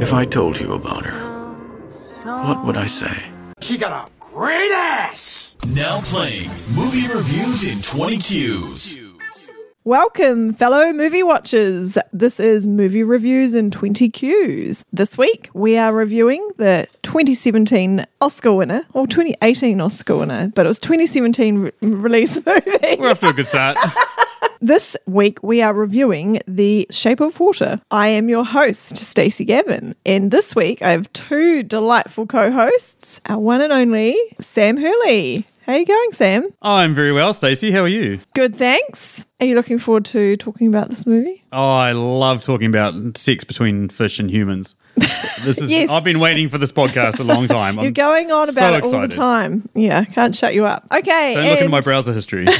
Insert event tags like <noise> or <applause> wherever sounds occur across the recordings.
If I told you about her, what would I say? She got a great ass! Now playing movie reviews in 20 Qs. Welcome, fellow movie watchers. This is Movie Reviews in 20 Qs. This week, we are reviewing the 2017 Oscar winner, or 2018 Oscar winner, but it was 2017 re- release <laughs> movie. We're off to a good start. <laughs> This week we are reviewing The Shape of Water. I am your host, Stacey Gavin, and this week I have two delightful co-hosts, our one and only Sam Hurley. How you going, Sam? I'm very well, Stacey. How are you? Good, thanks. Are you looking forward to talking about this movie? Oh, I love talking about sex between fish and humans. This is <laughs> Yes. I've been waiting for this podcast a long time. You're going on about it all the time. Yeah, can't shut you up. Okay. Don't look into and- my browser history. <laughs>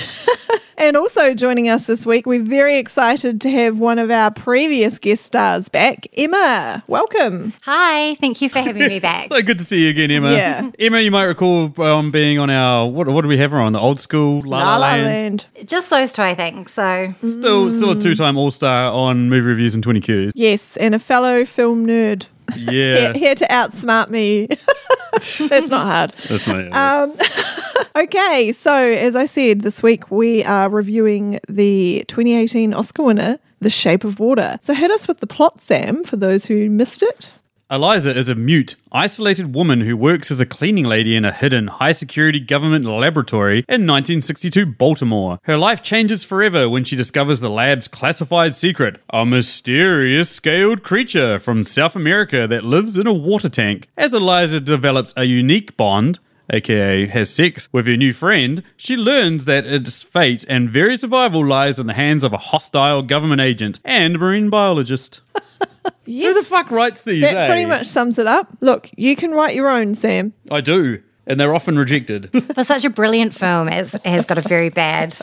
And also joining us this week, we're very excited to have one of our previous guest stars back, Emma. Welcome. Hi, thank you for having me back. so good to see you again, Emma. Yeah. Emma, you might recall um, being on our what? What did we have her on? The old school La La, Land. Just those two, I think. So Still, still a two-time all-star on movie reviews and 20 <laughs> Qs. Yes, and a fellow film nerd. Yeah, Here to outsmart me. <laughs> That's not hard. that's my. Um, Okay, so as I said, this week we are reviewing the 2018 Oscar winner, The Shape of Water. So hit us with the plot, Sam, for those who missed it. Eliza is a mute, isolated woman who works as a cleaning lady in a hidden, high security government laboratory in 1962 Baltimore. Her life changes forever when she discovers the lab's classified secret a mysterious scaled creature from South America that lives in a water tank. As Eliza develops a unique bond, aka has sex, with her new friend, she learns that its fate and very survival lies in the hands of a hostile government agent and marine biologist. Yes. Who the fuck writes these? That eh? pretty much sums it up. Look, you can write your own, Sam. I do. And they're often <laughs> rejected. for such a brilliant film, it has got a very bad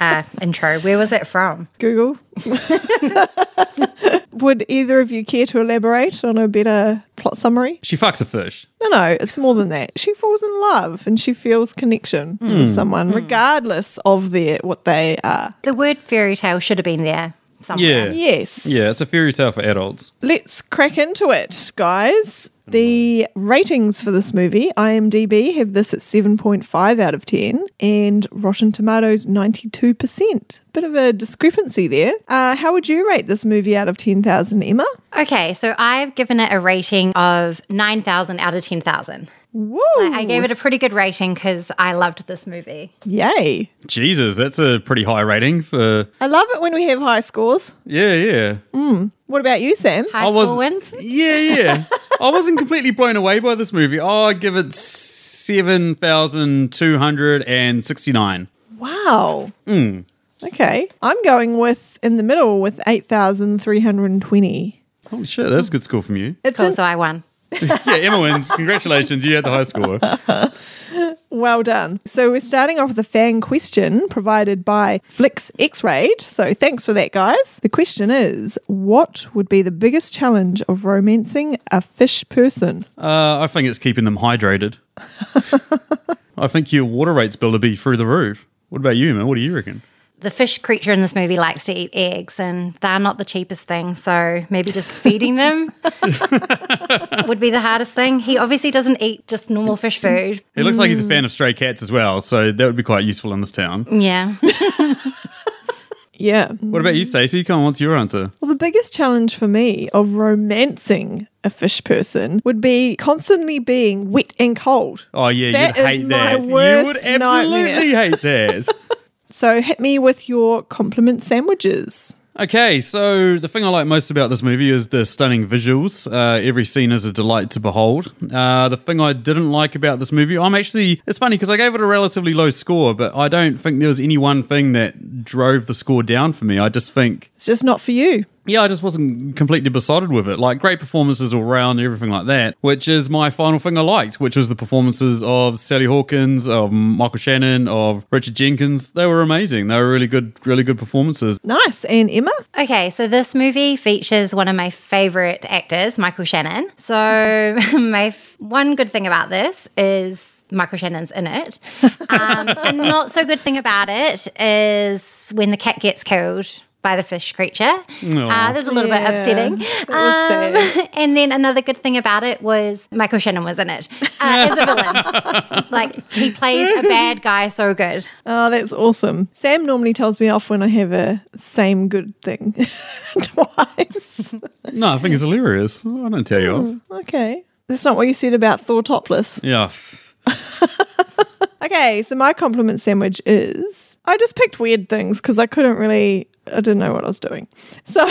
uh, intro. Where was that from? Google. <laughs> Would either of you care to elaborate on a better plot summary? she fucks a fish. No, no, it's more than that. She falls in love and she feels connection Hmm. with someone, regardless of their what they are. The word fairy tale should have been there somewhere. Yeah. Yes. Yeah, it's a fairy tale for adults. Let's crack into it, guys. The ratings for this movie, IMDb have this at 7.5 out of 10 and Rotten Tomatoes 92%. Bit of a discrepancy there. Uh, how would you rate this movie out of 10,000, Emma? Okay, so I've given it a rating of 9,000 out of 10,000. Woo! I gave it a pretty good rating because I loved this movie. Yay. Jesus, that's a pretty high rating for. I love it when we have high scores. Yeah, yeah. What about you, Sam? High school wins. Yeah, yeah. I wasn't completely blown away by this movie. Oh, I give it 7,269. Wow. Okay. I'm going with in the middle with 8,320. Holy shit, that's a good score from you. It's Cool, an- so I won. Yeah, Emma wins. Congratulations, you had the high score. well done. So we're starting off with a fan question provided by Flix X-Raid. So thanks for that, guys. The question is, what would be the biggest challenge of romancing a fish person? Uh, I think it's keeping them hydrated. I think your water rates bill would be through the roof. What about you, man? What do you reckon? The fish creature in this movie likes to eat eggs, and they're not the cheapest thing. So maybe just feeding them would be the hardest thing. He obviously doesn't eat just normal fish food. It looks like he's Hmm. a fan of stray cats as well, so that would be quite useful in this town. Yeah. Yeah. What about you, Stacey? Come on, what's your answer? Well, the biggest challenge for me of romancing a fish person would be constantly being wet and cold. Oh yeah, you'd That is hate my that. you would worst absolutely hate <laughs> that. So hit me with your compliment sandwiches. Okay, so the thing I like most about this movie is the stunning visuals. Uh, every scene is a delight to behold. Uh, the thing I didn't like about this movie, I'm actually, it's funny because I gave it a relatively low score, but I don't think there was any one thing that drove the score down for me. I just think It's just not for you. yeah, I just wasn't completely besotted with it. Like great performances all round, everything like that. Which is my final thing I liked, which was the performances of Sally Hawkins, of Michael Shannon, of Richard Jenkins. They were amazing. They were really good, really good performances. Nice. And Emma? Okay, so this movie features one of my favorite actors, Michael Shannon. So, <laughs> my f- one good thing about this is Michael Shannon's in it. Um, and not so good thing about it is when the cat gets killed. by the fish creature. Uh, that was a little Yeah, bit upsetting. Um, that was sad. <laughs> And then another good thing about it was Michael Shannon was in it uh, as a villain. like he plays a bad guy so good. Oh, that's awesome. Sam normally tells me off when I have a same good thing <laughs> twice. No, I think it's hilarious. I don't tell you Hmm. off. Okay. That's not what you said about Thor topless. Yeah. f- Okay, so my compliment sandwich is I just picked weird things because I couldn't really, I didn't know what I was doing. So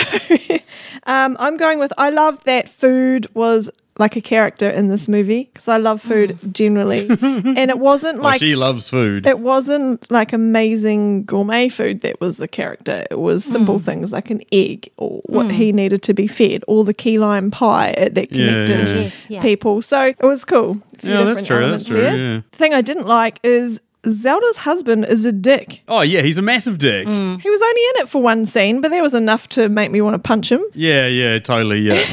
<laughs> um, I'm going with I love that food was like a character in this movie because I love food generally. and it wasn't Well, like. she loves food. Uh, it wasn't like amazing gourmet food that was a character. It was simple Hmm. things like an egg or what he needed to be fed or the key lime pie that Yeah, connected yeah. Yes, yeah. people. So it was cool. A few Yeah, that's different true, that's elements true, there. yeah. The thing I didn't like is Zelda's husband is a dick. oh, yeah, he's a massive dick. Hmm. He was only in it for one scene, but there was enough to make me want to punch him. Yeah, yeah, totally. Yeah.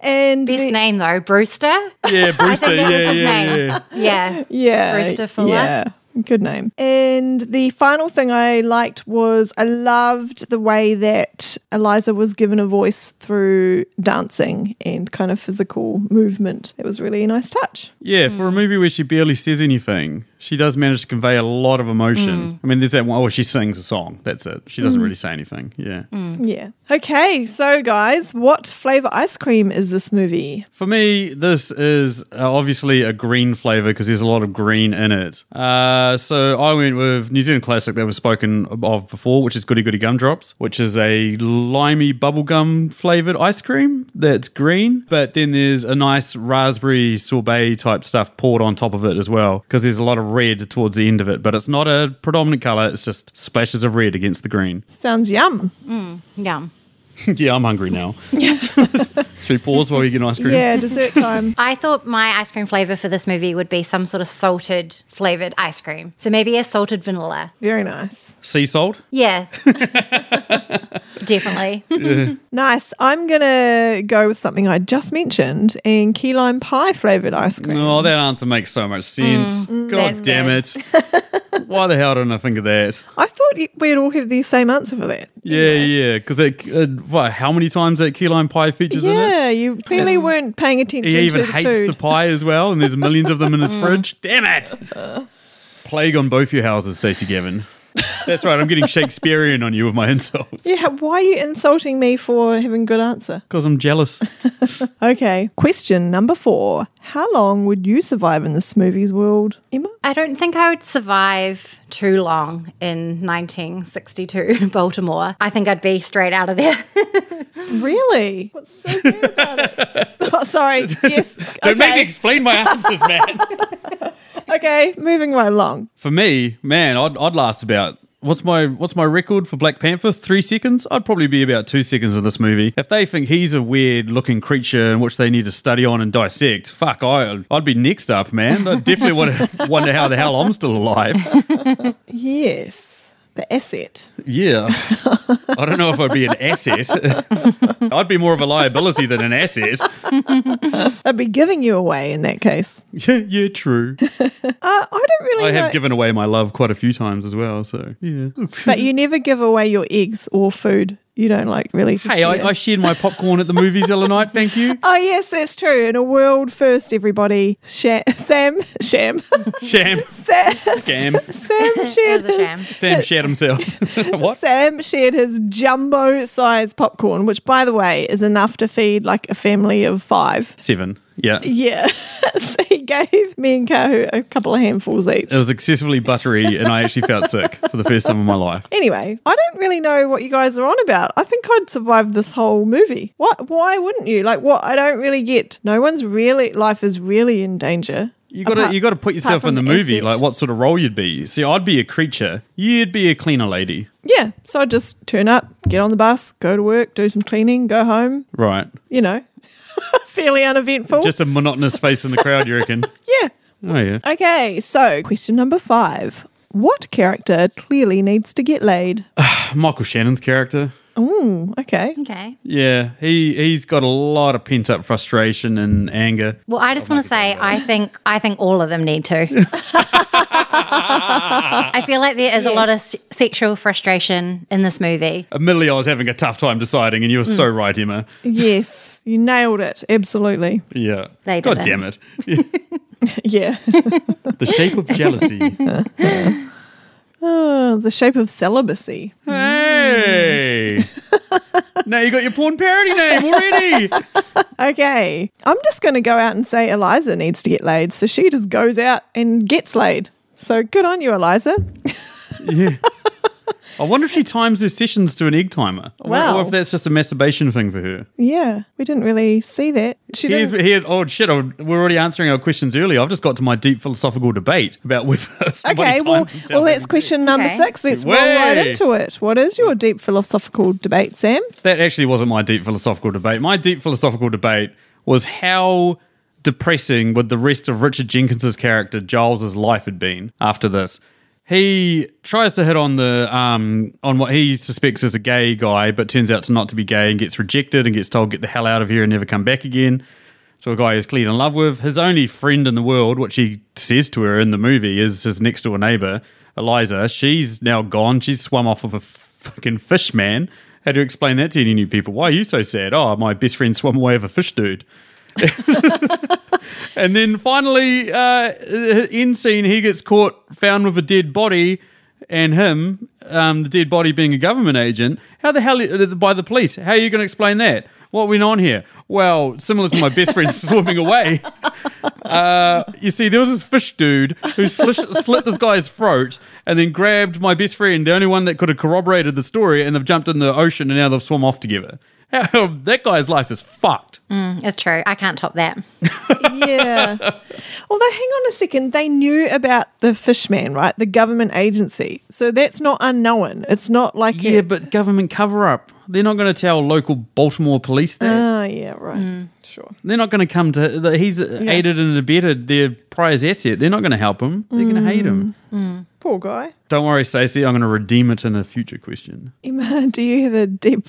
And Best the- name though, Brewster. <laughs> Yeah, Brewster. think that Yeah, was his yeah, name. yeah. Yeah. Yeah. Brewster Fuller. Yeah. Good name. And the final thing I liked was I loved the way that Eliza was given a voice through dancing and kind of physical movement. It was really a nice touch. Yeah, for a movie where she barely says anything, she does manage to convey a lot of emotion. I mean, there's that one, oh, she sings a song. That's it. She doesn't really say anything. Yeah. Yeah. Okay. So, guys, what flavor ice cream is this movie? For me, this is uh, obviously a green flavor because there's a lot of green in it. Uh, so I went with New Zealand classic that was spoken of before, which is Goody Goody Gumdrops, which is a limey bubblegum flavored ice cream that's green. But then there's a nice raspberry sorbet type stuff poured on top of it as well because there's a lot of red towards the end of it. But it's not a predominant color, it's just splashes of red against the green. <laughs> Sounds yum. Yum. yeah, I'm hungry now. <laughs> Should we pause while we get an ice cream? Yeah. Dessert time. I thought my ice cream flavor for this movie would be some sort of salted flavored ice cream. So maybe a salted vanilla. Very nice. Sea salt? <laughs> Yeah. Definitely. Nice. I'm going to go with something I just mentioned and key lime pie flavored ice cream. Oh, that answer makes so much sense. God Mm, That's damn good. it. <laughs> Why the hell didn't I think of that? I thought you- we'd all have the same answer for that. Yeah, yeah. Because uh, what, how many times that key lime pie features in it? Yeah, you clearly weren't paying attention He even to the hates food. Mm. the pie as well, and there's millions of them in his fridge. Damn it! Plague on both your houses, Stacey Gavin. That's right, I'm <laughs> getting Shakespearean on you with my insults. yeah, why are you insulting me for having good answer? Because I'm <laughs> jealous. Okay, question number four: How long would you survive in this movie's world, Emma? I don't think I would survive too long in 1962 <laughs> Baltimore. I think I'd be straight out of there. <laughs> Really? What's so good about <laughs> it? oh, sorry. Yes. Don't make me Okay. explain my answers, man. okay. Moving right along. For me, man, I'd, I'd last about what's my what's my record for Black Panther? Three seconds. I'd probably be about two seconds in this movie. If they think he's a weird looking creature in which they need to study on and dissect, fuck, I I'd be next up, man. I definitely would <laughs> wonder how the hell I'm still alive. Yes. The asset. Yeah, I don't know if I'd be an asset. <laughs> I'd be more of a liability than an asset. They'd be giving you away in that case. <laughs> Yeah, yeah, true. Uh, I don't really I know. have given away my love quite a few times as well. So yeah. but you never give away your eggs or food. You don't like really. just Hey, share. I, I shared my popcorn at the movies the other night. Thank you. Oh yes, that's true. In a world first, everybody. Sha- Sam, Sham, <laughs> <laughs> Sham. Sam, Scam. Sam It shared was a sham. his Sam shat himself. what? Sam shared his jumbo-sized popcorn, which, by the way, is enough to feed like a family of five. Seven. Yeah. It Yeah, <laughs> so he gave me and Kahu a couple of handfuls each. was excessively buttery, and I actually felt sick for the first time in my life. Anyway, I don't really know what you guys are on about. I think I'd survive this whole movie. What? Why wouldn't you? Like, what? I don't really get. No one's really. Life is really in danger. You gotta, Apart- you gotta put yourself apart in the from movie. acid. Like, what sort of role you'd be? See, I'd be a creature. You'd be a cleaner lady, Yeah. So I just turn up, get on the bus, go to work, do some cleaning, go home, right? you know, <laughs> fairly uneventful. Just a monotonous face in the crowd. You reckon? yeah. Oh yeah. Okay. So question number five What character clearly needs to get laid? <sighs> <laughs> Michael Shannon's character. Okay. Okay. Yeah, he he's got a lot of pent up frustration and anger. Well, I just want to say I think I think all of them need to. I feel like there is a lot of s- sexual frustration in this movie. Admittedly, I was having a tough time deciding, and you were so right, Emma. yes, you nailed it. Absolutely. <laughs> Yeah. They God didn't. damn it. Yeah. The shape of jealousy. Oh, the shape of celibacy. hey. now you got your porn parody name already. Okay. I'm just going to go out and say Eliza needs to get laid. So she just goes out and gets laid. So good on you, Eliza. <laughs> <laughs> I wonder if she times her sessions to an egg timer. I wonder- Wow. Or if that's just a masturbation thing for her. Yeah, we didn't really see that. She Here's, didn't. here, oh shit! I, we're already answering our questions earlier. I've just got to my deep philosophical debate about whether <laughs> Okay, somebody well, times and well, tells that's them. question number Okay. six. Let's roll right Way. into it. What is your deep philosophical debate, Sam? That actually wasn't my deep philosophical debate. My deep philosophical debate was how depressing would the rest of Richard Jenkins's character Giles's life had been after this. He tries to hit on the um, on what he suspects is a gay guy, but turns out to not to be gay and gets rejected and gets told get the hell out of here and never come back again. So a guy he's clearly in love with, his only friend in the world, which he says to her in the movie, is his next door neighbor, Eliza. She's now gone. She's swum off of a fucking fish man. How do you explain that to any new people? Why are you so sad? Oh, my best friend swam away with a fish dude. and then finally, uh, end scene, he gets caught, found with a dead body, and him, um, the dead body being a government agent. How the hell uh, by the police? How are you going to explain that? What went on here? Well, similar to my best friend <laughs> swimming away. Uh, you see, there was this fish dude who slish, slit this guy's throat and then grabbed my best friend, the only one that could have corroborated the story, and they've jumped in the ocean and now they've swum off together. How, that guy's life is fucked. It's true. I can't top that. <laughs> yeah. Although, hang on a second, they knew about the fishman, right? The government agency. So that's not unknown. It's not like Yeah, it- but government cover up. They're not going to tell local Baltimore police that. Oh, yeah, right. Sure. They're not going to come to. that He's aided and abetted their prize asset. They're not going to help him. They're going to hate him. Poor guy. Don't worry, Stacey. I'm going to redeem it in a future question. Emma, <laughs> do you have a deep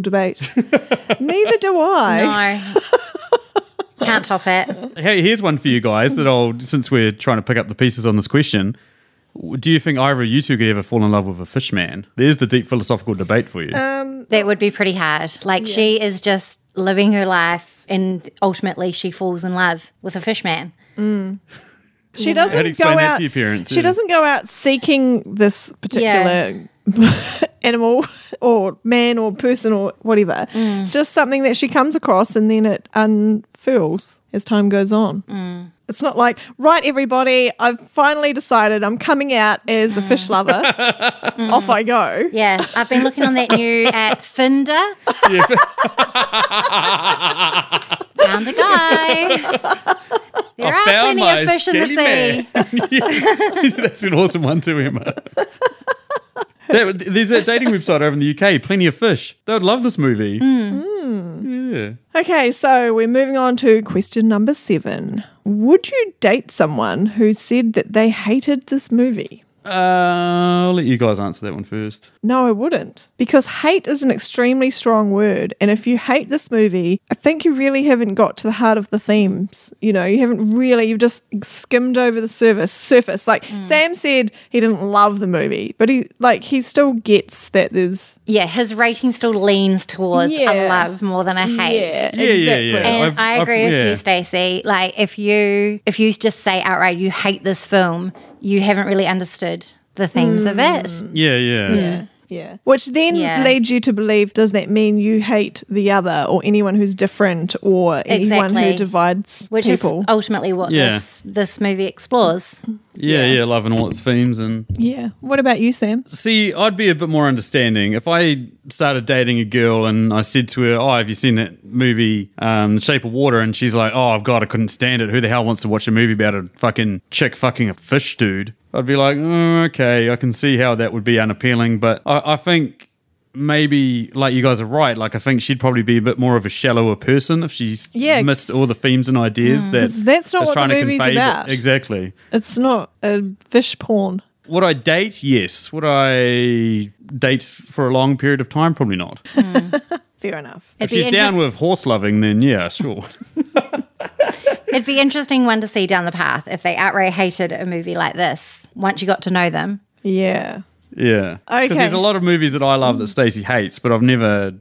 <laughs> debate? Neither do I. No. <laughs> can't top it. Hey, here's one for you guys that I'll. Since we're trying to pick up the pieces on this question, do you think either of you two could ever fall in love with a fish man? There's the deep philosophical debate for you. That would be pretty hard. Like she is just living her life and ultimately she falls in love with a fish man. She I'd doesn't go explain that out. to your parents. She yeah. doesn't go out seeking this particular <laughs> animal or man or person or whatever. Mm. It's just something that she comes across and then it unfurls as time goes on. Mm. It's not like, right, everybody, I've finally decided I'm coming out as a Mm. fish lover. <laughs> Off I go. Yeah. I've been looking on that new app Finder. Found a guy. There are found plenty my of fish in the sea. skinny <laughs> That's an awesome one too, Emma. There- there's that dating website over in the UK, Plenty of Fish. They would love this movie. Hmm. Okay, so we're moving on to question number seven. Would you date someone who said that they hated this movie? Yeah. Uh, I'll let you guys answer that one first. No, I wouldn't. Because hate is an extremely strong word. And if you hate this movie, I think you really haven't got to the heart of the themes. You know, you haven't really, you've just skimmed over the surface. surface. Like Sam said, he didn't love the movie, but he, like, he still gets that there's. Yeah, his rating still leans towards Yeah. a love more than a hate. Yeah, yeah, yeah. And I- I, I- agree with yeah. you, Stacey. Like if you if you just say outright you hate this film, you haven't really understood the themes of it. Yeah, yeah. Yeah. Which then Yeah. leads you to believe does that mean you hate the other or anyone who's different or anyone who Exactly. divides Which people? is ultimately what Yeah. this this movie explores. Yeah, yeah, loving all its themes and yeah. What about you, Sam? See, I'd be a bit more understanding if I started dating a girl and I said to her, "Oh, have you seen that movie, um, Shape of Water?" And she's like, "Oh, God, I couldn't stand it. Who the hell wants to watch a movie about a fucking chick fucking a fish dude?" I'd be like, "Oh, "Okay, I can see how that would be unappealing, but I, I think." Maybe, like you guys are right. Like, I think she'd probably be a bit more of a shallower person if she's Yeah. Mm. missed all the themes and ideas that 'Cause that's not it's what the trying to movie's convey, but- about. Exactly. It's not a fish porn. Would I date? Yes. Would I date for a long period of time? Probably not. Fair enough. if It'd she's be down interest- with horse loving, then yeah, sure. <laughs> It'd be interesting one to see down the path if they outright hated a movie like this. once you got to know them. Yeah. Yeah. Because Okay. there's a lot of movies that I love that Stacey hates, but I've never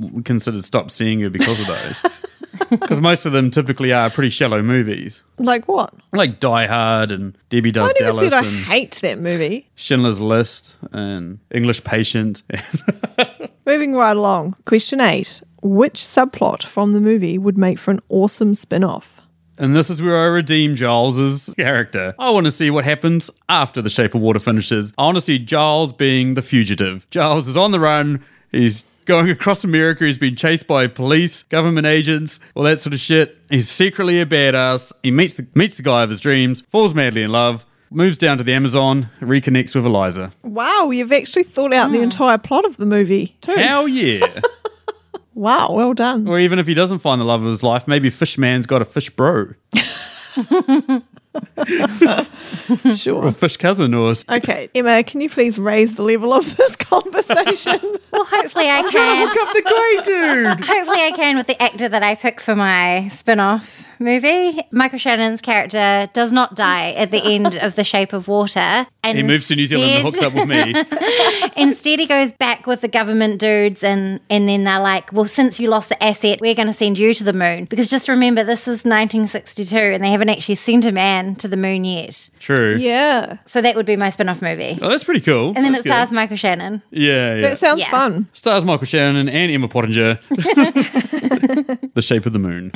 w- considered stop seeing her because of those. <laughs> Because most of them typically are pretty shallow movies, Like what? like Die Hard and Debbie Does I never Dallas said I and hate that movie. Schindler's List and English Patient. Moving right along. Question eight. Which subplot from the movie would make for an awesome spin off? and this is where I redeem Giles's character. I want to see what happens after The Shape of Water finishes. I want to see Giles being the fugitive. Giles is on the run. He's going across America. He's been chased by police, government agents, all that sort of shit. He's secretly a badass. He meets the, meets the guy of his dreams, falls madly in love, moves down to the Amazon, reconnects with Eliza. Wow, you've actually thought out Hmm. the entire plot of the movie, too. Hell <laughs> yeah! Wow, <laughs> well done. <laughs> Or even if he doesn't find the love of his life, maybe Fishman's got a fish bro, Sure. fish cousin, or Okay, Emma, can you please raise the level of <laughs> this <laughs> conversation? Well, hopefully I can. up the great dude. Hopefully, I can with the actor that I pick for my spin off movie. Michael Shannon's character does not die at the end of The Shape of Water. And He moves to New Zealand and hooks instead- up with me. Instead, he goes back with the government dudes, and, and then they're like, Well, since you lost the asset, we're going to send you to the moon. Because just remember, this is 1962, and they haven't actually sent a man to the moon yet. True. yeah. So that would be my spin off movie. Oh, that's pretty cool. And then That's it stars good. Michael Shannon. Yeah, yeah. That sounds Yeah. fun. stars Michael Shannon and Emma Pottinger. the Shape of the Moon.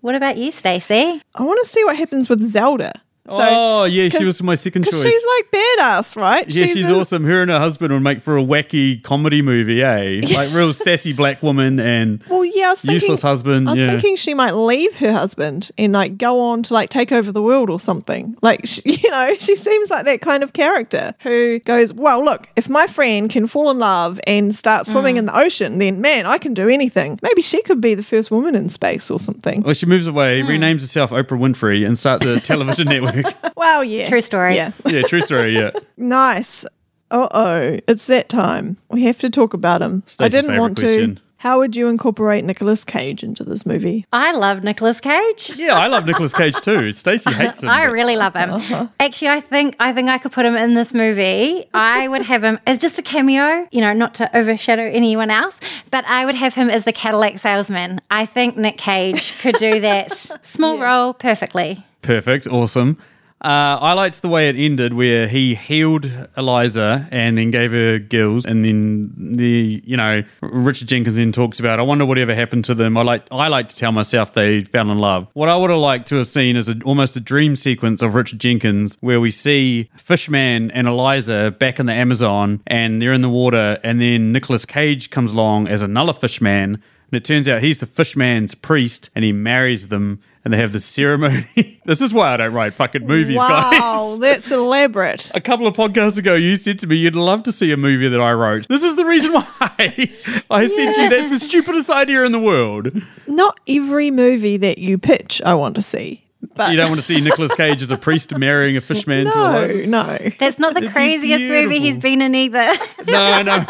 What about you, Stacey? I want to see what happens with Zelda. So, oh, yeah, she 'cause- was my second Because choice. she's like badass, right? yeah, she's, a- awesome. Her and her husband would make for a wacky comedy movie, eh? Like real sassy black woman and Well, yeah, I was thinking, useless husband. I was yeah. thinking she might leave her husband and like go on to like take over the world or something. Like, she, <laughs> you know, she seems like that kind of character who goes, well, look, if my friend can fall in love and start Mm. swimming in the ocean, then man, I can do anything. Maybe she could be the first woman in space or something. well, she moves away, renames herself Oprah Winfrey, and starts a television network. <laughs> Wow, yeah. True story. Yeah. Yeah, true story. Yeah, Nice. Uh oh, it's that time. We have to talk about him. I Stacey's didn't favourite want to. question. How would you incorporate Nicolas Cage into this movie? I love Nicolas Cage. yeah. I love Nicolas Cage too. Stacey hates him. <laughs> I but- really love him. Uh-huh. Actually, I think I think I could put him in this movie. I would have him as just a cameo, you know, not to overshadow anyone else, but I would have him as the Cadillac salesman. I think Nick Cage could do that <laughs> small role perfectly. Perfect. Awesome. Uh, I liked the way it ended, where he healed Eliza and then gave her gills, and then the you know Richard Jenkins then talks about. I wonder whatever happened to them. I like I like to tell myself they fell in love. What I would have liked to have seen is a, almost a dream sequence of Richard Jenkins, where we see Fishman and Eliza back in the Amazon, and they're in the water, and then Nicolas Cage comes along as another Fishman. And it turns out he's the fishman's priest and he marries them and they have the ceremony. <laughs> this is why I don't write fucking movies, guys. wow, <laughs> that's elaborate. A couple of podcasts ago, you said to me you'd love to see a movie that I wrote. This is the reason why <laughs> I said to you that's the stupidest idea in the world. Not every movie that you pitch, I want to see. But So you don't want to see Nicolas Cage as a priest marrying a fishman to a no, no. That's not the craziest movie he's been in either. No, no.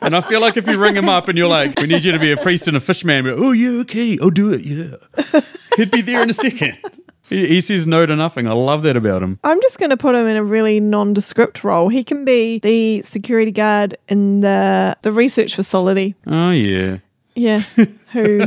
And I feel like if you ring him up and you're like, we need you to be a priest and a fishman, we're, oh, yeah, okay, I'll do it, yeah. He'd be there in a second. He, he says no to nothing. I love that about him. I'm just going to put him in a really nondescript role. He can be the security guard in the the research facility. Oh, yeah. Yeah, <laughs> who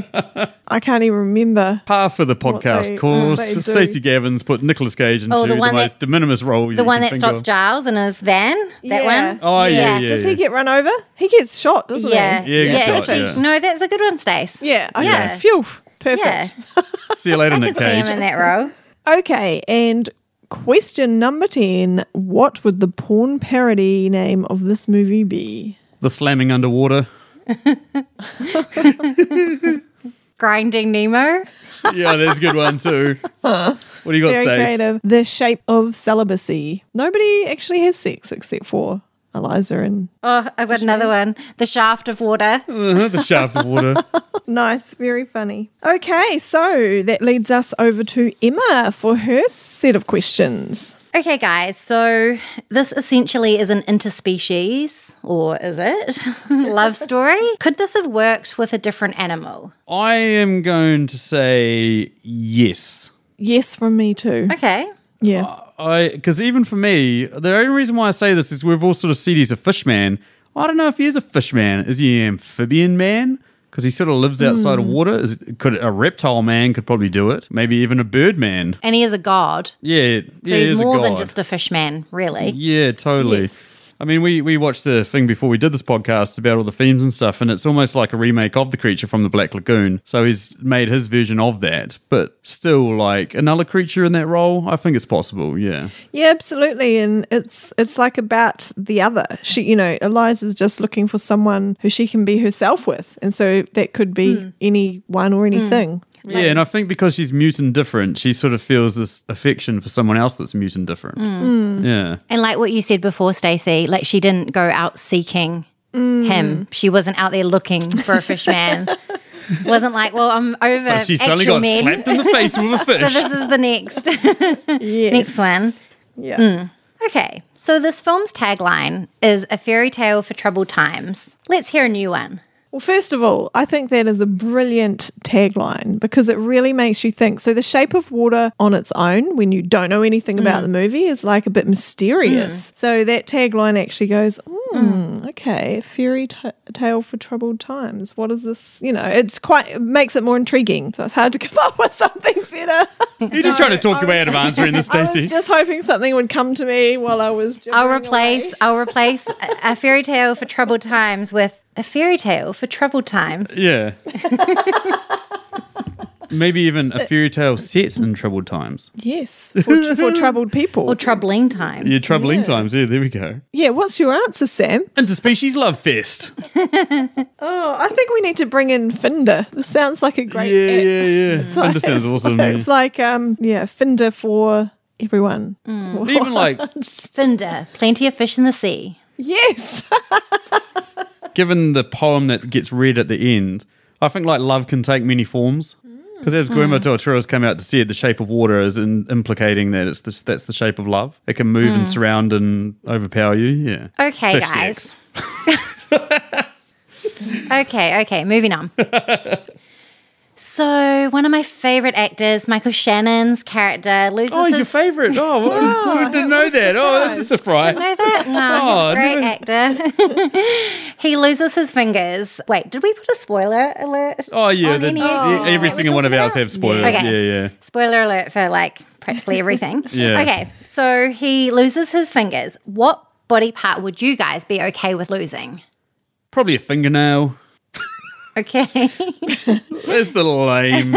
I can't even remember. Par for the podcast they- what course. they do. Stacey Gavin's put Nicolas Cage into uh, Oh, the the, one that- most de minimis role you <laughs> The one can that think stops of. Giles in his van. That Yeah. one. Oh, yeah, yeah. Yeah. Does he get run over? He gets shot, doesn't Yeah. Yeah, he? good shot, actually, yeah. no, that's a good one, Stace. Yeah. Okay. Yeah. Phew. Perfect. Yeah. See you later, I Nick could see him Cage. in that role. Okay, and question number 10 What would the porn parody name of this movie be? The slamming underwater. Grinding Nemo. Yeah, there's a good one, too. What do you got, Very Stace? creative. The Shape of Celibacy. Nobody actually has sex except for Eliza and. Oh, I've got another one. The Shaft of Water. Uh-huh, the shaft of water. Nice, very funny. Okay, so that leads us over to Emma for her set of questions. Okay, guys, so this essentially is an interspecies, or is it? <laughs> Love story. Could this have worked with a different animal? <laughs> I am going to say yes. Yes, from me too. Okay. Yeah. I because even for me, the only reason why I say this is we've all sort of said he's a fish man. I don't know if he is a fish man. Is he an amphibian man? Because he sort of lives outside Mm. of water. Is, could a reptile man could probably do it? Maybe even a bird man. And he is a god. Yeah, So yeah, he he's is a more than god. just a fish man, really. Yeah, totally. Yes. I mean, we, we watched the thing before we did this podcast about all the themes and stuff, and it's almost like a remake of the creature from the Black Lagoon. So he's made his version of that, but still like another creature in that role. I think it's possible. Yeah, Yeah, absolutely. And it's it's like about the other. She you know, Eliza's just looking for someone who she can be herself with. And so that could be anyone or anything. yeah, and I think because she's mute and different, she sort of feels this affection for someone else that's mute and different. Yeah, And like what you said before, Stacey, like she didn't go out seeking him. She wasn't out there looking for a fish man. wasn't like, well, I'm over but Oh, she suddenly actual got men. slapped in the face with a so fish. this is the next Yes. next one. Yeah. Mm. Okay, so this film's tagline is a fairy tale for troubled times. Let's hear a new one. Well, first of all, I think that is a brilliant tagline because it really makes you think. So, the shape of water on its own, when you don't know anything Mm. about the movie, is like a bit mysterious. So, that tagline actually goes, mm, okay, fairy t- tale for troubled times. What is this? You know, it's quite, it makes it more intriguing. So, it's hard to come <laughs> up with something <laughs> better. You're just trying to talk your way out of answering this, I was Stacey. just hoping something would come to me while I was. I'll gibbering replace away. <laughs> I'll replace a, a fairy tale for troubled times with a fairy tale for troubled times. <laughs> Yeah. Maybe even a fairy tale set in troubled times. Yes, for, <laughs> for troubled people. Or troubling times. Yeah, troubling times. Yeah, there we go. yeah, what's your answer, Sam? Interspecies love fest. Oh, I think we need to bring in Finder. This sounds like a Yeah, great. yeah, app. <laughs> yeah. Like, Thunder sounds it's awesome. Like, <laughs> yeah. It's like um, yeah, Finder for everyone. Mm. Or- <laughs> Even like, Cinder, plenty of fish in the sea. yes, <laughs> given the poem that gets read at the end, I think like love can take many forms. Mm. Because as Guillermo del Toro's come out to say, the shape of water is in, implicating that it's the, that's the shape of love. It can move and surround and overpower you. Yeah. Mm. Okay, Fish guys. sex. Okay, okay, moving <laughs> on. so, one of my favorite actors, Michael Shannon's character, loses Oh, he's your his- favourite. <laughs> Oh, we didn't know that. Oh, that's a surprise. <laughs> Know that? No, Oh, he's a great actor. <laughs> he loses his fingers. Wait, did we put a spoiler alert? Oh yeah, on the, any- e- every we're single one of talking ours about? have spoilers. Okay. Yeah, yeah. Spoiler alert for like <laughs> practically everything. Yeah. Okay, so he loses his fingers. What body part would you guys be okay with losing? Probably a fingernail. Okay. <laughs> That's the lame.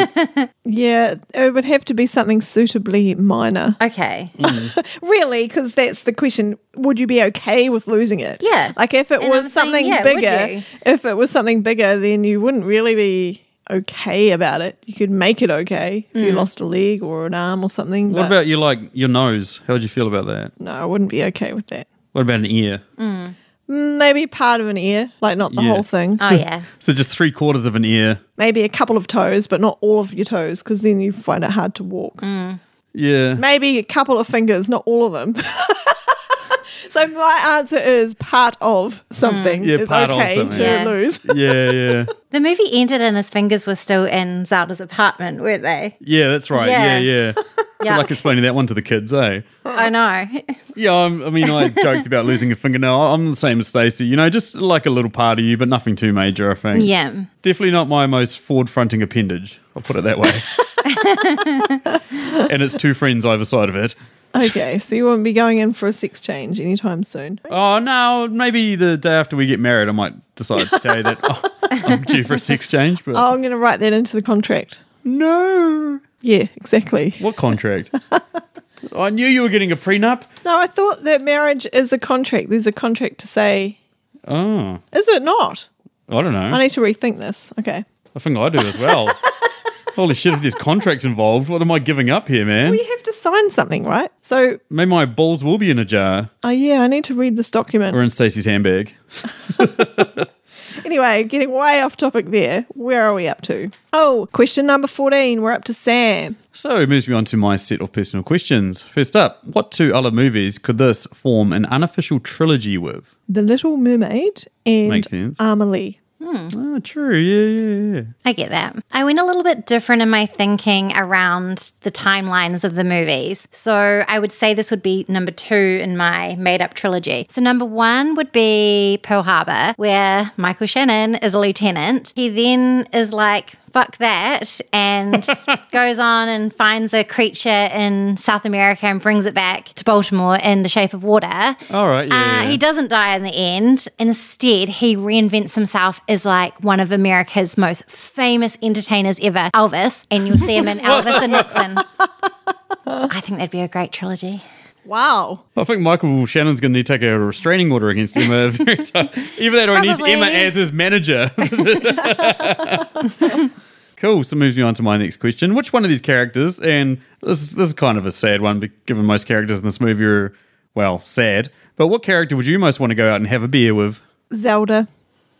yeah, it would have to be something suitably minor, okay. really, because that's the question: Would you be okay with losing it? Yeah. like if it And I'm was saying, something yeah, would you? bigger, if it was something bigger, then you wouldn't really be okay about it. You could make it okay if Mm. you lost a leg or an arm or something. what But about your like your nose? How would you feel about that? no, I wouldn't be okay with that. What about an ear? Mm. Maybe part of an ear, like not the Yeah. whole thing. <laughs> Oh, yeah. So just three quarters of an ear. maybe a couple of toes, but not all of your toes, because then you find it hard to walk. Yeah. Maybe a couple of fingers, not all of them. <laughs> so my answer is part of something Yeah, is part of okay something. to Yeah. lose. <laughs> Yeah, yeah. The movie ended and his fingers were still in Zelda's apartment, weren't they? Yeah, that's right. Yeah. Yeah, yeah. Yeah. Like explaining that one to the kids, eh? I <laughs> know. Yeah, I'm, I mean, I joked about losing a fingernail. I'm the same as Stacey, you know, just like a little part of you, but nothing too major, I think. yeah. Definitely not my most forward fronting appendage. I'll put it that way. and it's two friends either side of it. Okay, so you won't be going in for a sex change anytime soon. Oh no, maybe the day after we get married, I might decide to tell you that oh, I'm due for a sex change. But Oh, I'm going to write that into the contract. no, Yeah, exactly. what contract? I knew you were getting a prenup. No, I thought that marriage is a contract. There's a contract to say, Oh, is it not? I don't know. I need to rethink this. Okay. I think I do as well. Holy shit! If there's contracts involved, what am I giving up here, man? You have to sign something, right? So, Maybe my balls will be in a jar oh yeah, I need to read this document. or in Stacey's handbag. Anyway, getting way off topic there. Where are we up to? Oh, question number 14. We're up to Sam. So it moves me on to my set of personal questions. First up, what two other movies could this form an unofficial trilogy with? The Little Mermaid and Makes sense. Amelie. Oh, true. Yeah, yeah, yeah. I get that. I went a little bit different in my thinking around the timelines of the movies. So I would say this would be number two in my made up trilogy. So number one would be Pearl Harbor, where Michael Shannon is a lieutenant. He then is like, fuck that, and goes on and finds a creature in South America and brings it back to Baltimore in the shape of water. All right. Yeah. Uh, yeah. He doesn't die in the end. Instead, he reinvents himself as like one of America's most famous entertainers ever, Elvis. And you'll see <laughs> him in Elvis and Nixon. I think that'd be a great trilogy. Wow. I think Michael Shannon's going to need to take a restraining order against Emma. <laughs> very ti- Either that or he needs Probably. Emma as his manager. <laughs> cool. So moves me on to my next question. Which one of these characters, and this is, this is kind of a sad one, be- given most characters in this movie are, well, sad, but what character would you most want to go out and have a beer with? Zelda.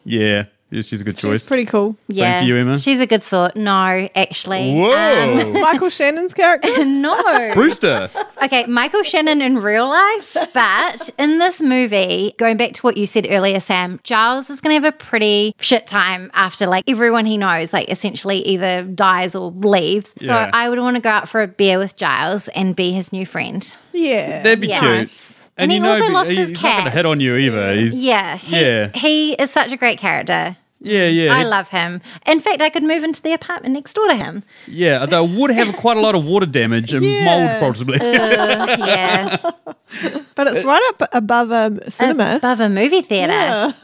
Yeah, yeah, she's a good She's choice. pretty cool. yeah. for you, Emma? She's a good sort. No, actually. Um, Whoa. Michael Shannon's <laughs> character. no. Brewster. Okay, Michael Shannon in real life, but in this movie, going back to what you said earlier, Sam, Giles is going to have a pretty shit time after like everyone he knows, like essentially either dies or leaves. So Yeah. I would want to go out for a beer with Giles and be his new friend. Yeah. <laughs> That'd be Yeah. cute. Nice. And he also lost he's his not going to cat. hit on you either. He's, Yeah, he, Yeah. he is such a great character. Yeah, yeah. I He- love him. In fact, I could move into the apartment next door to <laughs> him. Yeah, although it would have quite a lot of water damage and Yeah. mold probably. Uh, yeah, But it's right up above um, cinema. above a movie theater.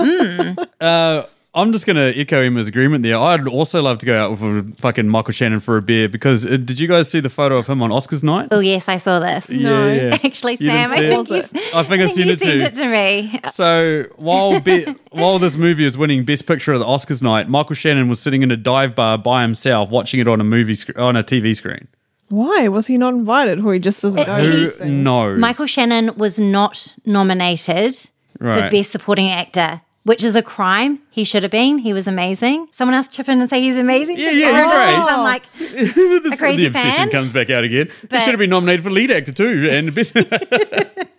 I'm just going to echo Emma's agreement there. I'd also love to go out with a fucking Michael Shannon for a beer because uh, did you guys see the photo of him on Oscars night? Oh yes, I saw this. No. Yeah, yeah. actually, You didn't Sam, I see it? think, Was it? you s- I think I sent you it to sent you. it to me. So while be- while this movie is winning Best Picture at the Oscars night, Michael Shannon was sitting in a dive bar by himself watching it on a movie sc- on a TV screen. Why was he not invited? Or he just doesn't know Who- these Who things? knows? <laughs> Michael Shannon was not nominated for Right. Best Supporting Actor. Which is a crime. He should have been. He was amazing. Someone else chip in and say he's amazing. Yeah, yeah, he's Everyone great. thinks I'm like, the, crazy the obsession fan. comes back out again. he But- should have been nominated for lead actor too, and best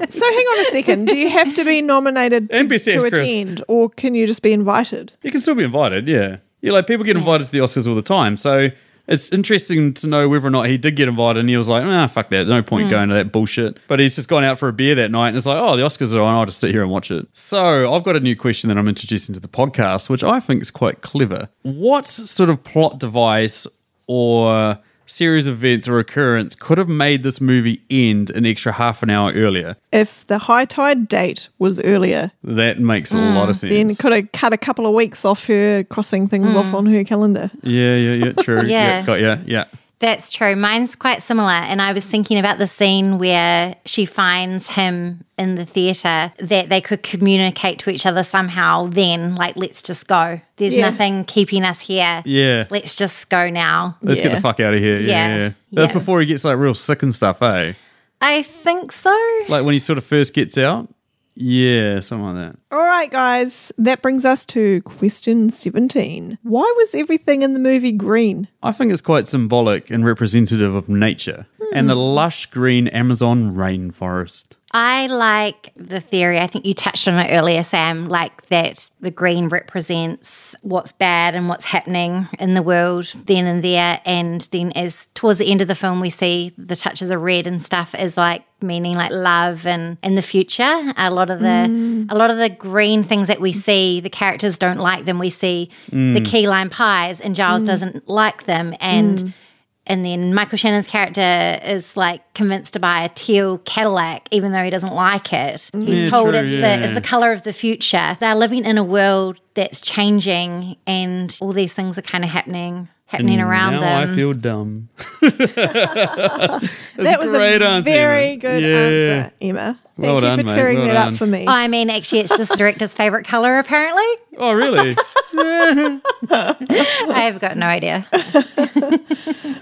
So hang on a second. Do you have to be nominated to, And be safe, to Chris. attend, or can you just be invited? You can still be invited, yeah. Yeah, like people get invited to the Oscars all the time. So it's interesting to know whether or not he did get invited and he was like, ah, fuck that. No point going to that bullshit. But he's just gone out for a beer that night and it's like, oh, the Oscars are on. I'll just sit here and watch it. So I've got a new question that I'm introducing to the podcast, which I think is quite clever. What sort of plot device or series of events or occurrence could have made this movie end an extra half an hour earlier? If the high tide date was earlier, That makes a lot of sense. Hmm, then could have cut a couple of weeks off her crossing things Mm. off on her calendar. yeah, yeah, yeah. True. yeah. Yeah. Got yeah, yeah. That's true. Mine's quite similar. And I was thinking about the scene where she finds him in the theatre that they could communicate to each other somehow, then, like, let's just go. There's Yeah. nothing keeping us here. Yeah. Let's just go now. Let's get Yeah. the fuck out of here. Yeah, yeah. Yeah. That's Yeah. before he gets like real sick and stuff, eh? I think so. Like when he sort of first gets out. Yeah, something like that. All right, guys, that brings us to question 17. Why was everything in the movie green? I think it's quite symbolic and representative of nature and the Hmm. lush green Amazon rainforest. I like the theory. I think you touched on it earlier, Sam, like that the green represents what's bad and what's happening in the world then and there. And then, as towards the end of the film, we see the touches of red and stuff as like meaning like love and in the future a lot of the a lot of the green things that we see the characters don't like them we see the key lime pies and giles doesn't like them and and then Michael Shannon's character is like convinced to buy a teal Cadillac, even though he doesn't like it. He's Yeah, told true, it's yeah. the it's the color of the future. They're living in a world that's changing, and all these things are kind of happening happening around now them. I feel dumb. that was great a answer, very Emma. good Yeah. answer, Emma. Thank Well you done, for mate. clearing Well that done. up for me. I mean, actually, it's just the director's favorite color. Apparently, Oh, <laughs> really? I have got no idea.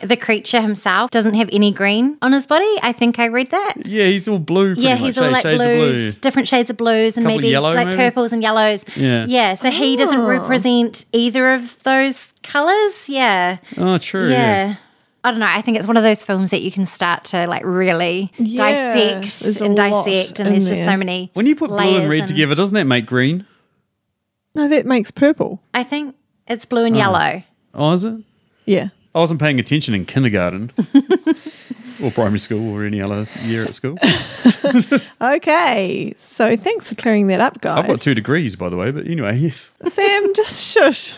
the creature himself doesn't have any green on his body. I think I read that. yeah, he's all blue. pretty Yeah, much, he's eh? all like Shades of blues, different shades of blues, and Couple of maybe yellow, like maybe? purples and yellows. Yeah. yeah. So he doesn't Oh. represent either of those colors. Yeah, blue. Oh, true. yeah. I don't know. I think it's one of those films that you can start to like really Yeah, dissect there's a and lot dissect, in and there's just there. so many. When you put blue and layers red together, doesn't that make green? No, that makes purple. I think it's blue and yellow. Oh, is it? Yeah. I wasn't paying attention in <laughs> kindergarten or primary school or any other year at school. Okay. So thanks for clearing that up, guys. I've got two degrees, by the way, but anyway, yes. Sam, just shush.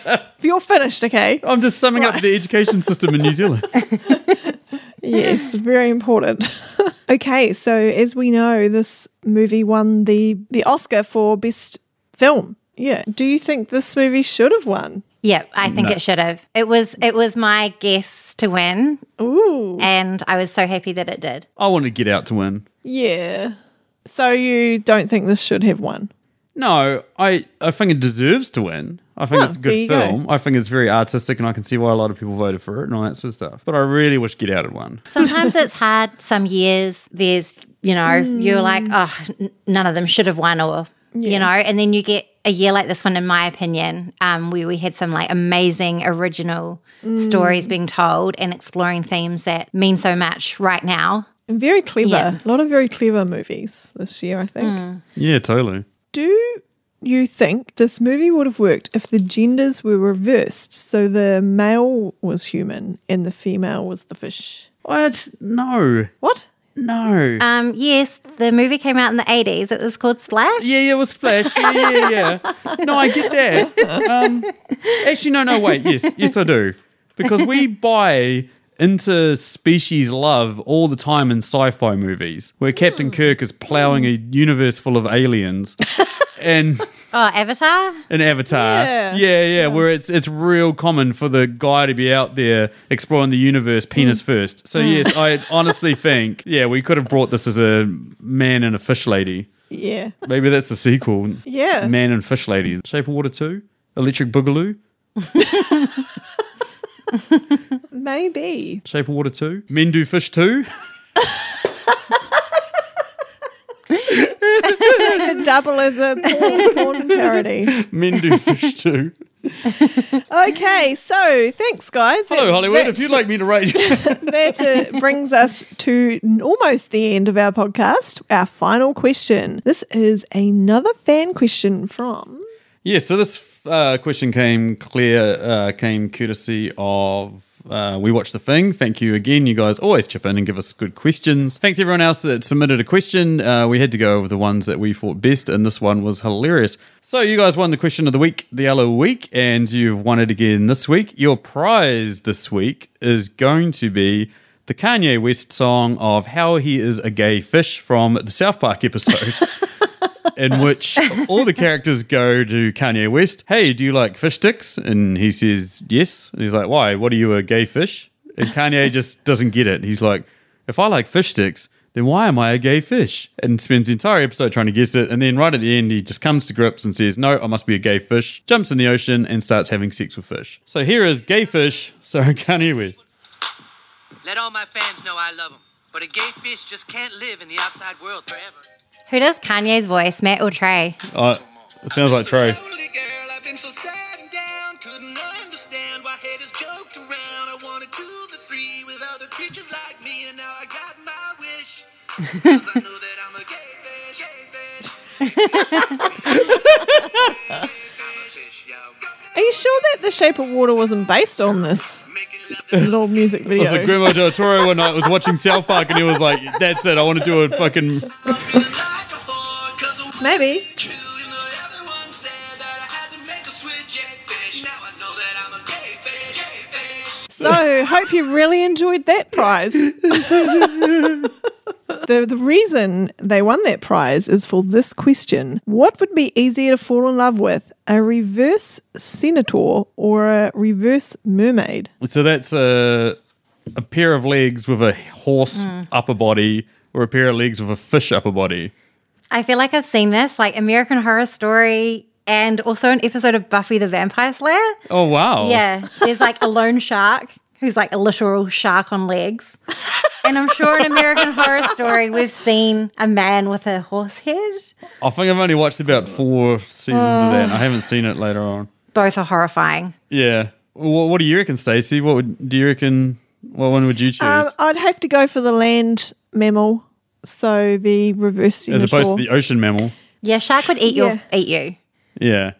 <laughs> You're finished, okay? I'm just summing up the education system <laughs> in New Zealand. Yes, very important. <laughs> okay, so as we know, this movie won the the Oscar for best film. Yeah. Do you think this movie should have won? Yep, I think it should have. It was it was my guess to win, Ooh. and I was so happy that it did. I want to get out to win. Yeah. So you don't think this should have won? No, I, I think it deserves to win. I think Huh, it's a there good you go. film. I think it's very artistic, and I can see why a lot of people voted for it and all that sort of stuff. But I really wish Get Out had won. Sometimes it's hard. Some years there's you know you're like oh n- none of them should have won or you know, and then you get a year like this one, in my opinion, um, where we had some like amazing original stories being told and exploring themes that mean so much right now. And very clever. Yeah. A lot of very clever movies this year, I think. Yeah, totally. Do you think this movie would have worked if the genders were reversed? So the male was human and the female was the fish. What? No. What? No. Um, yes, the movie came out in the eighties. It was called Splash. Yeah, yeah, it was Flash. Yeah, yeah, yeah. No, I get that. Um, actually, no, no, wait. Yes, yes, I do. Because we buy into species love all the time in sci fi movies where Captain Kirk is plowing a universe full of <laughs> aliens. And Oh, Avatar. an avatar, Yeah. yeah. yeah, where it's it's real common for the guy to be out there exploring the universe, penis first. So yes, I honestly think, yeah, we could have brought this as a man and a fish lady. Yeah. Maybe that's the sequel. Yeah. Man and Fish Lady. Shape of Water 2? Electric Boogaloo? Maybe. Shape of Water 2? Men Do Fish <laughs> 2? Could double as a <laughs> porn, porn parody. Men Do Fish 2. Okay, so thanks, guys. Hello, That- Hollywood. that- If you'd like me to rate <laughs> that uh, brings us to n- almost the end of our podcast. Our final question. This is another fan question from. Yeah, so this uh, question came clear, uh, came courtesy of. Uh, we watched the thing. Thank you again. You guys always chip in and give us good questions. Thanks everyone else that submitted a question. Uh, we had to go over the ones that we thought best, and this one was hilarious. So you guys won the question of the week the other week, and you've won it again this week. Your prize this week is going to be the Kanye West song of "How He Is a Gay Fish" from the South Park episode <laughs> in which all the characters go to Kanye West, hey, do you like fish sticks? And he says, yes. And he's like, why? What are you, a gay fish? And Kanye just doesn't get it. He's like, if I like fish sticks, then why am I a gay fish? And spends the entire episode trying to guess it. And then right at the end, he just comes to grips and says, no, I must be a gay fish, jumps in the ocean and starts having sex with fish. So here is Gay Fish, starring <laughs> Kanye West. Let all my fans know I love them. But a gay fish just can't live in the outside world forever. Who does Kanye's voice, Matt or Trey? Uh, it sounds like Trey. Lonely girl, I've been so sad and down. Couldn't understand why haters joked around. I wanted two to three with other creatures like me, and now I got my wish. 'Cause I know that I'm a gay fish, gay <laughs> fish. I'm a fish, yo. Are you sure that The Shape of Water wasn't based on this Making love to little music It was video? like Guillermo del Toro one night was watching South Park and he was like, that's it, I want to do a fucking like a whore, 'cause I'm <laughs> Maybe. true. You know, everyone said that I had to make a switch, gay fish. Now I know that I'm a gay fish, gay fish. So, hope you really enjoyed that prize. the, the reason they won that prize is for this question What would be easier to fall in love with, a reverse senator or a reverse mermaid? So that's a a pair of legs with a horse upper body, or a pair of legs with a fish upper body. I feel like I've seen this, like American Horror Story, and also an episode of Buffy the Vampire Slayer. Oh wow! Yeah, there's like a lone shark who's like a literal shark on legs. And I'm sure in American Horror Story, we've seen a man with a horse head. I think I've only watched about four seasons of Oh. that. And I haven't seen it later on. Both are horrifying. Yeah. What, what do you reckon, Stacey? What would do you reckon? What one would you choose Um, I'd have to go for the land mammal, so the reverse as senator. opposed to the ocean mammal? Yeah, shark would eat Yeah. your eat you. Yeah.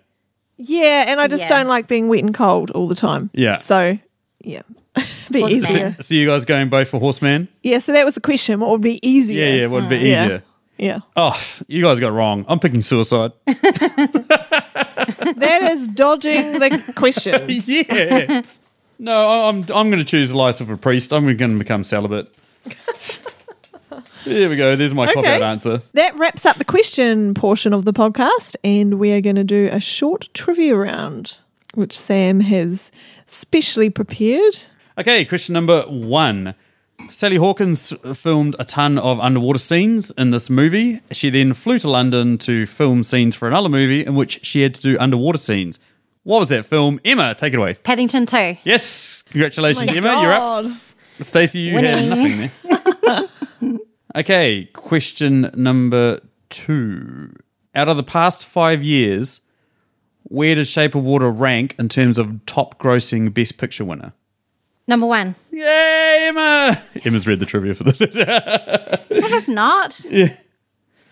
Yeah, and I just Yeah. don't like being wet and cold all the time. Yeah. So, yeah. <laughs> Be Horseman. easier. So you guys going both for Horseman? Yeah, so that was the question. What would be easier? Yeah, yeah, it would be Yeah. easier. Yeah. Oh, you guys got it wrong. I'm picking suicide. That is dodging the question. <laughs> yes. No, I- I'm I'm going to choose the life of a priest. I'm going to become celibate. there we go. There's my cop out Okay. answer. That wraps up the question portion of the podcast, and we are going to do a short trivia round, which Sam has specially prepared. Okay, question number one. Sally Hawkins filmed a ton of underwater scenes in this movie. She then flew to London to film scenes for another movie in which she had to do underwater scenes. What was that film? Emma, take it away. Paddington 2. Yes, Oh congratulations, Emma. You're up. God. Stacey, you had Winning. nothing there. <laughs> okay, question number two. Out of the past five years, where does Shape of Water rank in terms of top grossing Best Picture winner? Number one. Yay, Emma! Emma's read the trivia for this. <laughs> it If not,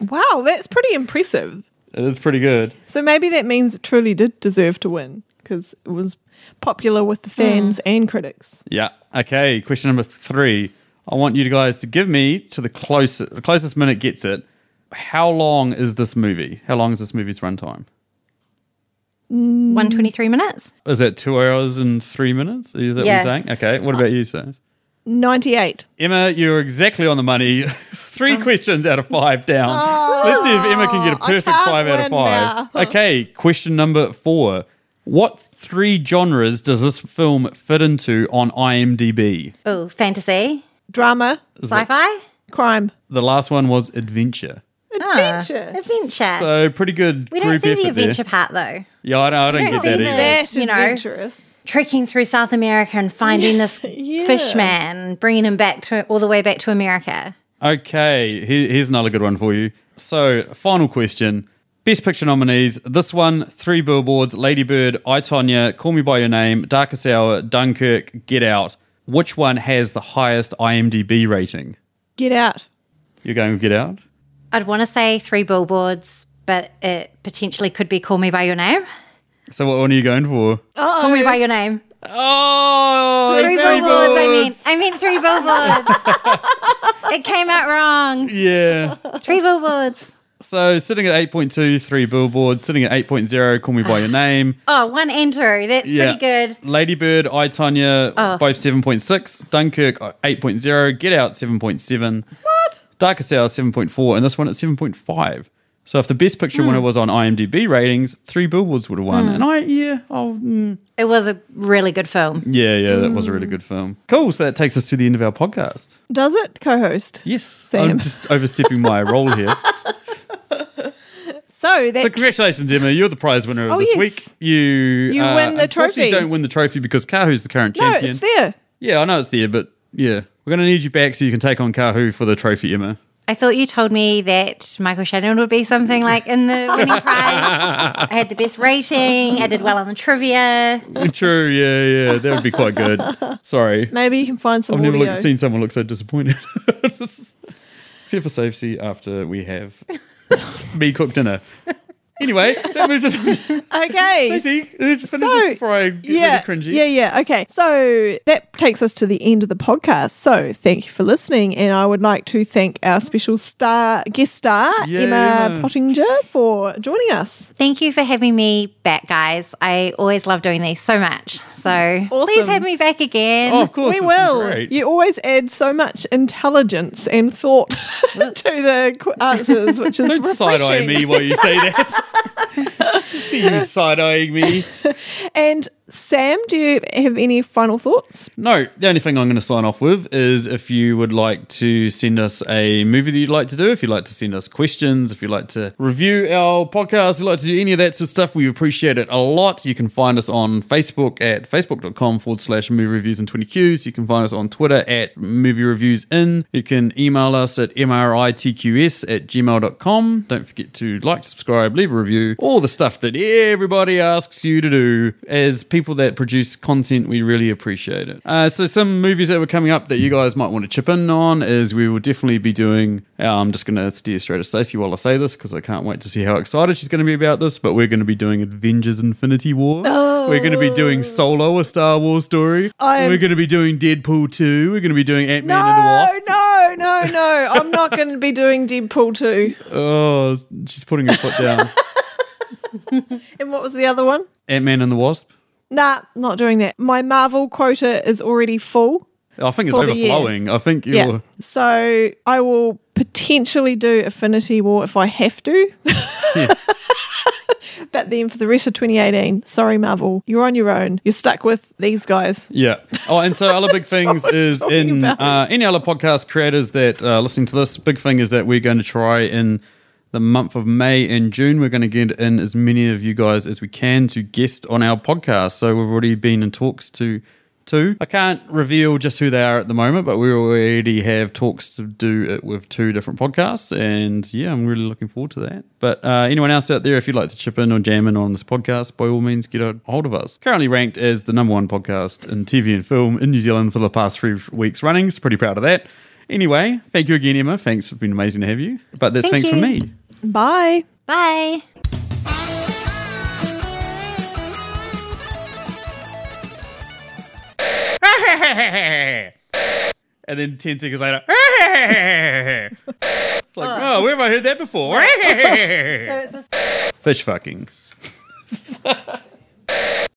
Wow, that's pretty impressive. is pretty good. So maybe that means it truly did deserve to win because it was popular with Hmm. the fans and critics. Yeah. Okay, question number three. I want you guys to give me to the closest, the closest minute gets it. How long is this movie? How long is this movie's runtime? 123 minutes. Is that two hours and three minutes? Is that what Yeah. you're saying? Okay. What about you, sir? 98. Emma, you're exactly on the money. <laughs> Three Um, questions out of five down. Oh, Let's see if Emma can get a perfect can't five out of win five. Okay, question number four. What three genres does this film fit into on IMDb? Oh, fantasy, Drama, sci fi, crime, The last one was adventure. adventure. Ah, adventure. So pretty good we don't group see effort the adventure there. part though. Yeah, I don't, I don't don't get that see either. the- That's You know. adventurous. Trekking through South America and finding this fish man, bringing him back to all the way back to America. Okay, here, here's another good one for you. So, final question. Best Picture nominees. This one, Three Billboards, Ladybird, I, Tonya, Call Me By Your Name, Darkest Hour, Dunkirk, Get Out. Which one has the highest IMDb rating? Get out. You're going with Get Out? I'd want to say three billboards, but it potentially could be Call Me By Your Name. So what one are you going <laughs> for? Call Me By Your Name. Oh, Three billboards, I mean. I mean three billboards. it came out wrong. Yeah. Three billboards. So sitting at 8.2, Three Billboards. Sitting at 8.0, Call Me By <laughs> Your Name. Oh, one Andrew. That's pretty good. Ladybird, I, Tanya, Oh. both 7.6. Dunkirk, uh, 8.0. Get Out, 7.7. What? Darkest Hour, 7.4. And this one at 7.5. So if the best picture Hmm. winner was on IMDb ratings, three billboards would have won. And I, yeah, oh, mm. It was a really good film. yeah, yeah, that was a really good film. Cool. So that takes us to the end of our podcast. Does it, co host? Yes. I'm Sam. just overstepping my role here. So So that congratulations, Emma. You're the prize winner of Oh, this yes. week. You you win the trophy. don't win the trophy because Kahu's the current No, champion. it's there. Yeah, I know it's there, but yeah. We're going to need you back so you can take on Kahu for the trophy, <laughs> Emma. I thought you told me that Michael Shannon would be something like in the winning prize. I had the best rating. I did well on the trivia. True, yeah, yeah. That would be quite good. Sorry. Maybe you can find some I've never audio. looked, seen someone look so disappointed. <laughs> Except for safety after we have me cooked dinner. Anyway, that moves us on to <laughs> Okay. Stacey. Finish this before I get yeah, really cringy. yeah, yeah. Okay, so that takes us to the end of the podcast. So thank you for listening, and I would like to thank our special star guest star Yeah, Emma Emma. Pottinger for joining us. Thank you for having me back, guys. I always love doing these so much. So please Awesome. have me back again. Oh, of course. we it's will. great. You always add so much intelligence and thought <laughs> to the qu- answers, which is Don't side eye refreshing. me while you say that. <laughs> See you side eyeing me. And Sam, do you have any final thoughts? No, the only thing I'm going to sign off with is if you would like to send us a movie that you'd like to do, if you'd like to send us questions, if you'd like to review our podcast, if you'd like to do any of that sort of stuff, we appreciate it a lot. You can find us on Facebook at facebook.com forward slash movie reviews and 20 Qs. You can find us on Twitter at movie reviews in. You can email us at mritqs at gmail.com. Don't forget to like, subscribe, leave a review, all the stuff that everybody asks you to do as people people that produce content, we really appreciate it. Uh, so, some movies that were coming up that you guys might want to chip in on is we will definitely be doing. Uh, I'm just going to steer straight at Stacey while I say this because I can't wait to see how excited she's going to be about this. But we're going to be doing Avengers Infinity War. We're going to be doing Solo, a Star Wars story. I'm- We're going to be doing Deadpool 2. We're going to be doing Ant Man and the No, Wasp. no, no, no. I'm not going to be doing Deadpool 2. Oh, she's putting her foot <laughs> down. And what was the other one? Ant Man and the Wasp. Nah, not doing that. My Marvel quota is already full. I think it's For the year. overflowing. I think you're. Yeah. So I will potentially do Affinity War if I have to. <laughs> but then for the rest of 2018, sorry, Marvel, you're on your own. You're stuck with these guys. Yeah. Oh, and so <laughs> other big things what we're is talking in about. uh, any other podcast creators that uh, listening to this, big thing is that we're going to try in the month of May and June. We're going to get in as many of you guys as we can to guest on our podcast. So we've already been in talks to two. I can't reveal just who they are at the moment, but we already have talks to do it uh, with two different podcasts. And yeah, I'm really looking forward to that. But uh, anyone else out there, if you'd like to chip in or jam in on this podcast, by all means, get a hold of us. Currently ranked as the number one podcast in TV and film in New Zealand for the past three weeks running. So pretty proud of that. Anyway, thank you again, Emma. Thanks. It's been amazing to have you. But that's Thank thanks from you. <laughs> me. Bye. Bye. And then 10 seconds <laughs> later, <laughs> it's like, oh, <laughs> <laughs> where have I heard that before? So it's the Fish fucking.